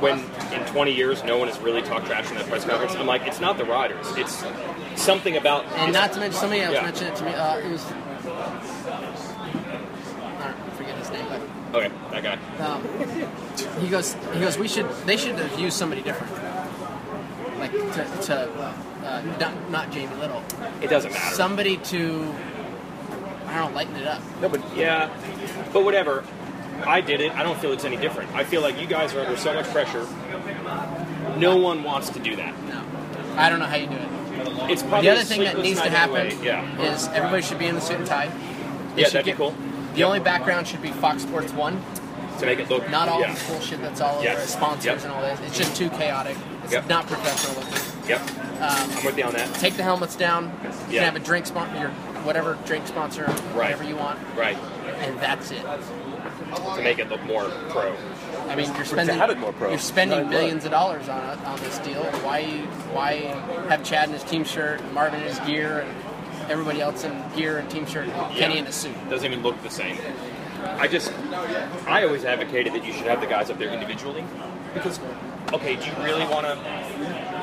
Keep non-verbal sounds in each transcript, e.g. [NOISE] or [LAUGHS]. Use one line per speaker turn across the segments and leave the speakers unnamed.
when in 20 years no one has really talked trash in that press conference. I'm like, it's not the riders. It's something about
And Um, not to mention somebody else
Yeah.
mentioned it to me. Uh, it was. I don't forget his name, but
okay that guy.
um, he goes. He goes. We should. They should have used somebody different. Like to, to uh, not, not Jamie Little.
It doesn't matter.
Somebody to. I don't know, lighten it up.
No, but yeah, but whatever. I did it. I don't feel it's any different. I feel like you guys are under so much pressure. No one wants to do that.
No, I don't know how you do it.
It's probably
The other
a
thing that
sleepless
needs to
night
happen
anyway. Yeah,
is everybody should be in the suit and tie. They
Yeah,
should
that'd be
get-
cool.
The only background should be Fox Sports One,
to make it look
not all
Yeah.
this bullshit that's all over
Yes.
over sponsors
Yep.
and all this. It's just too chaotic. It's
Yep.
not professional looking.
Yep,
Um,
I'm with you on that.
Take the helmets down. You
Yeah.
can have a drink sponsor, your whatever drink sponsor, whatever you want,
Right,
and that's it.
to make it look more pro.
I mean, you're spending
have it more pro.
you're spending
Not in
billions of dollars on a, on this deal. Why why have Chad in his team shirt, and Marvin in his gear, and everybody else in gear and team shirt, and Kenny
Yeah.
in a suit?
Doesn't even look the same. I just, I always advocated that you should have the guys up there individually because, okay, do you really want to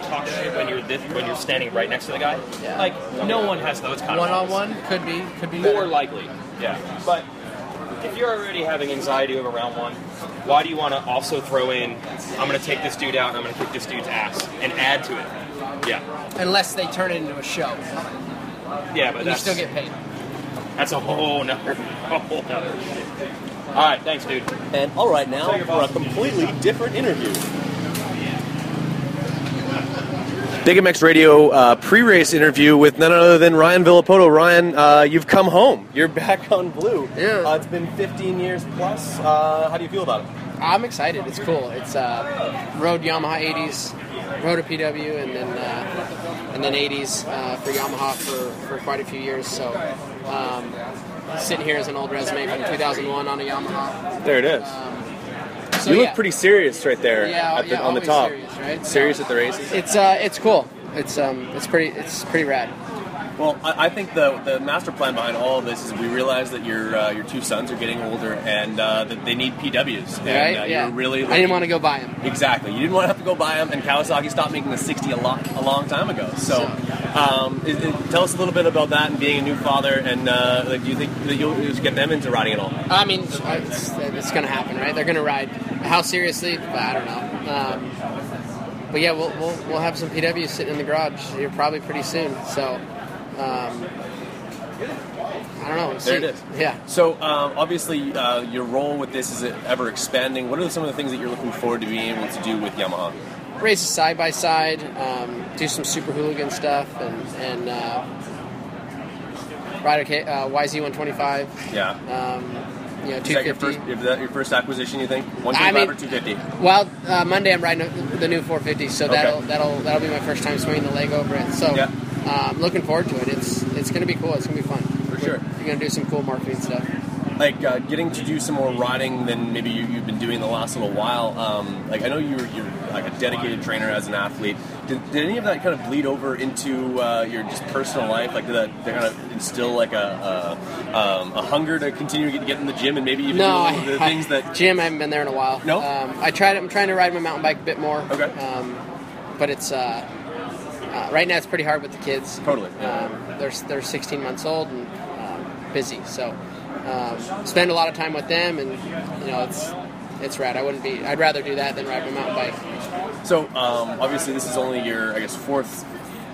talk shit when you're this, when you're standing right next to the guy?
Yeah.
Like, no one has those kind of
One on
moments.
one could be could be
More
better.
likely, yeah. But if you're already having anxiety over round one, why do you want to also throw in, I'm going to take this dude out and I'm going to kick this dude's ass and add to it? Yeah.
unless they turn it into a show.
Yeah, but
You
that's,
still get paid.
that's a whole nother, [LAUGHS] a whole nother shit. All right, thanks, dude.
And all right, now
Tell your
for a
boss.
completely different interview. Big MX Radio uh, pre-race interview with none other than Ryan Villapoto. Ryan, uh, you've come home. You're [LAUGHS] back on blue.
Yeah.
Uh, it's been 15 years plus. Uh, how do you feel about it?
I'm excited. It's cool. It's uh, Road Yamaha 80s, Road a PW, and then uh, and then 80s uh, for Yamaha for, for quite a few years. So um, sitting here as an old resume from 2001 on a Yamaha.
There it is.
Um, So,
you
yeah.
look pretty serious right there
yeah,
at the,
yeah,
on the
always
top.
Serious, right?
Serious
So
at the races.
it's uh, it's cool. It's um, it's pretty, it's pretty rad.
Well, I, I think the the master plan behind all of this is we realize that your uh, your two sons are getting older and uh, that they need PWs. And,
right?
uh,
yeah.
You're really.
I didn't want to go buy them.
to. Exactly. You didn't want to have to go buy them, and Kawasaki stopped making the 60 a lot a long time ago. So, um, is- is- tell us a little bit about that and being a new father, and uh, like, do you think that you'll just get them into riding at all?
I mean, it's, it's going to happen, right? They're going to ride. How seriously? I don't know. Um, but yeah, we'll, we'll we'll have some PW sitting in the garage here probably pretty soon. So. Um, I don't know. We'll
There it
see.
is.
Yeah.
So um, obviously, uh, your role with this is ever expanding. What are some of the things that you're looking forward to being able to do with Yamaha?
races side by side, um, do some super hooligan stuff, and and uh, ride a K, uh, YZ125.
Yeah.
Um, you know, 250.
Is that your first? Is that your first acquisition? You think one
I
twenty
mean-
five or two fifty?
Well, uh, Monday I'm riding the new 450, so
Okay.
that'll that'll that'll be my first time swinging the leg over it. So,
Yeah.
um, looking forward to it. It's it's gonna be cool. It's gonna be fun.
For sure.
You're gonna do some cool marketing stuff.
Like uh, getting to do some more riding than maybe you, you've been doing the last little while. Um, like I know you're you're like a dedicated trainer as an athlete. Did, did any of that kind of bleed over into uh, your just personal life? Like did that they kind of instill like a a, um, a hunger to continue to get, get in the gym and maybe even
no,
do
I, [LAUGHS]
the
I-
things that
Jim, I haven't been there in a while.
No?
um, I tried. I'm trying to ride my mountain bike a bit more.
Okay.
um, but it's uh, uh, right now it's pretty hard with the kids.
Totally, yeah.
Um, they're they're 16 months old and um, busy, so um, spend a lot of time with them, and you know it's it's rad. I wouldn't be. I'd rather do that than ride my mountain bike.
So um, obviously, this is only your, I guess, fourth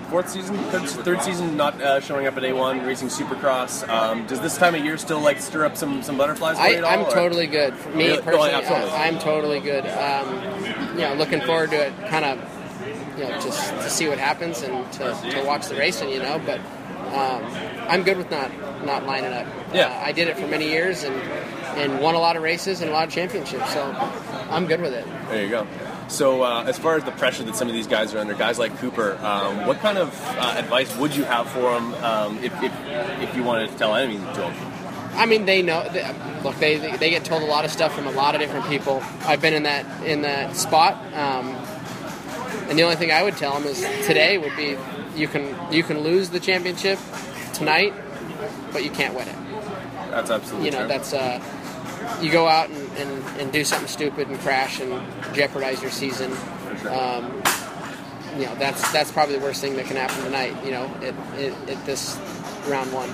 fourth season, third, third season, not uh, showing up at A1 racing Supercross. Um, does this time of year still like stir up some some butterflies for you
I,
at all?
I'm
or-
totally good. For me
Really? No,
personally,
absolutely.
I, am totally good. Um, you know, looking forward to it. Kind of, you know, just to see what happens and to, to watch the racing. You know, but um, I'm good with not not lining up.
Yeah.
Uh, I did it for many years and and won a lot of races and a lot of championships. So I'm good with it.
There you go. So uh, as far as the pressure that some of these guys are under, guys like Cooper, um, what kind of uh, advice would you have for them um, if, if if you wanted to tell anything to them?
I mean, they know. They, look, they they get told a lot of stuff from a lot of different people. I've been in that in that spot, um, and the only thing I would tell them is today would be you can you can lose the championship tonight, but you can't win it.
That's absolutely
You know,
true.
that's uh, you go out and, and, and do something stupid and crash and jeopardize your season. Um, you know, that's that's probably the worst thing that can happen tonight. You know, at, at, at this round one.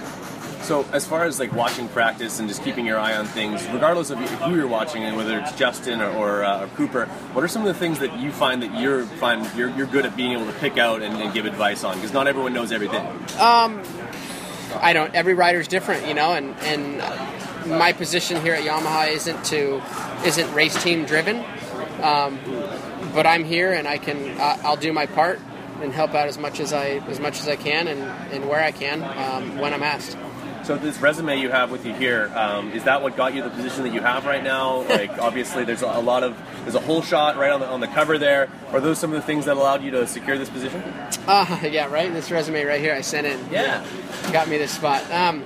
So as far as like watching practice and just keeping your eye on things, regardless of who you're watching and whether it's Justin or, or, uh, or Cooper, what are some of the things that you find that you're find you're, you're good at being able to pick out and, and give advice on? Because not everyone knows everything.
I don't. Every rider's different, you know, and and my position here at Yamaha isn't to isn't race team driven, um, but I'm here and I can I I'll do my part and help out as much as I as much as I can and, and where I can um, when I'm asked.
So this resume you have with you here um, is that what got you the position that you have right now? [LAUGHS] Like obviously there's a lot of there's a whole shot right on the on the cover there. Are those some of the things that allowed you to secure this position?
Ah, [LAUGHS] yeah, right. This resume right here I sent in.
Yeah.
got me this spot. Um,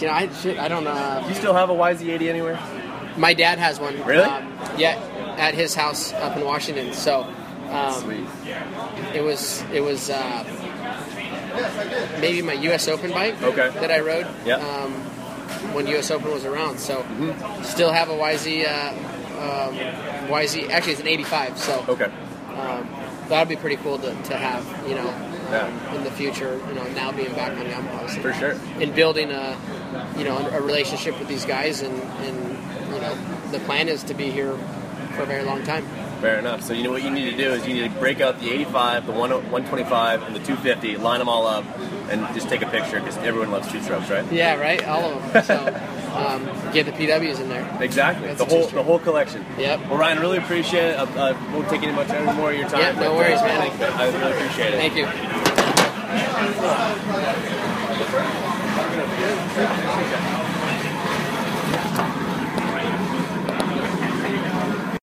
you know, I shit, I don't know.
Do you still have a YZ80 anywhere?
My dad has one.
Really?
Um, yeah, at his house up in Washington. So um,
Sweet.
it was it was uh, maybe my U.S. Open bike
Okay.
that I rode
Yeah.
um, when U.S. Open was around. So
Mm-hmm.
still have a YZ uh, um, YZ. Actually, it's an 85. So
Okay.
um, that'd be pretty cool to, to have. You know. um,
Yeah.
In the future, you know, now being back on Yamaha, So
For sure.
in building a you know a relationship with these guys and, and you know the plan is to be here for a very long time
Fair enough. So you know what you need to do is you need to break out the 85, the 10- 125, and the 250, line them all up, and just take a picture because everyone loves two strokes, right?
yeah right all of
[LAUGHS]
them so um, get the pws in there
Exactly.
That's
the
a two
whole
stroke.
the whole collection.
Yep.
Well, Ryan, really appreciate it. Uh, uh, won't take any much more of your time.
Yep, no
but, uh,
worries, man.
thank you. I really appreciate it.
thank you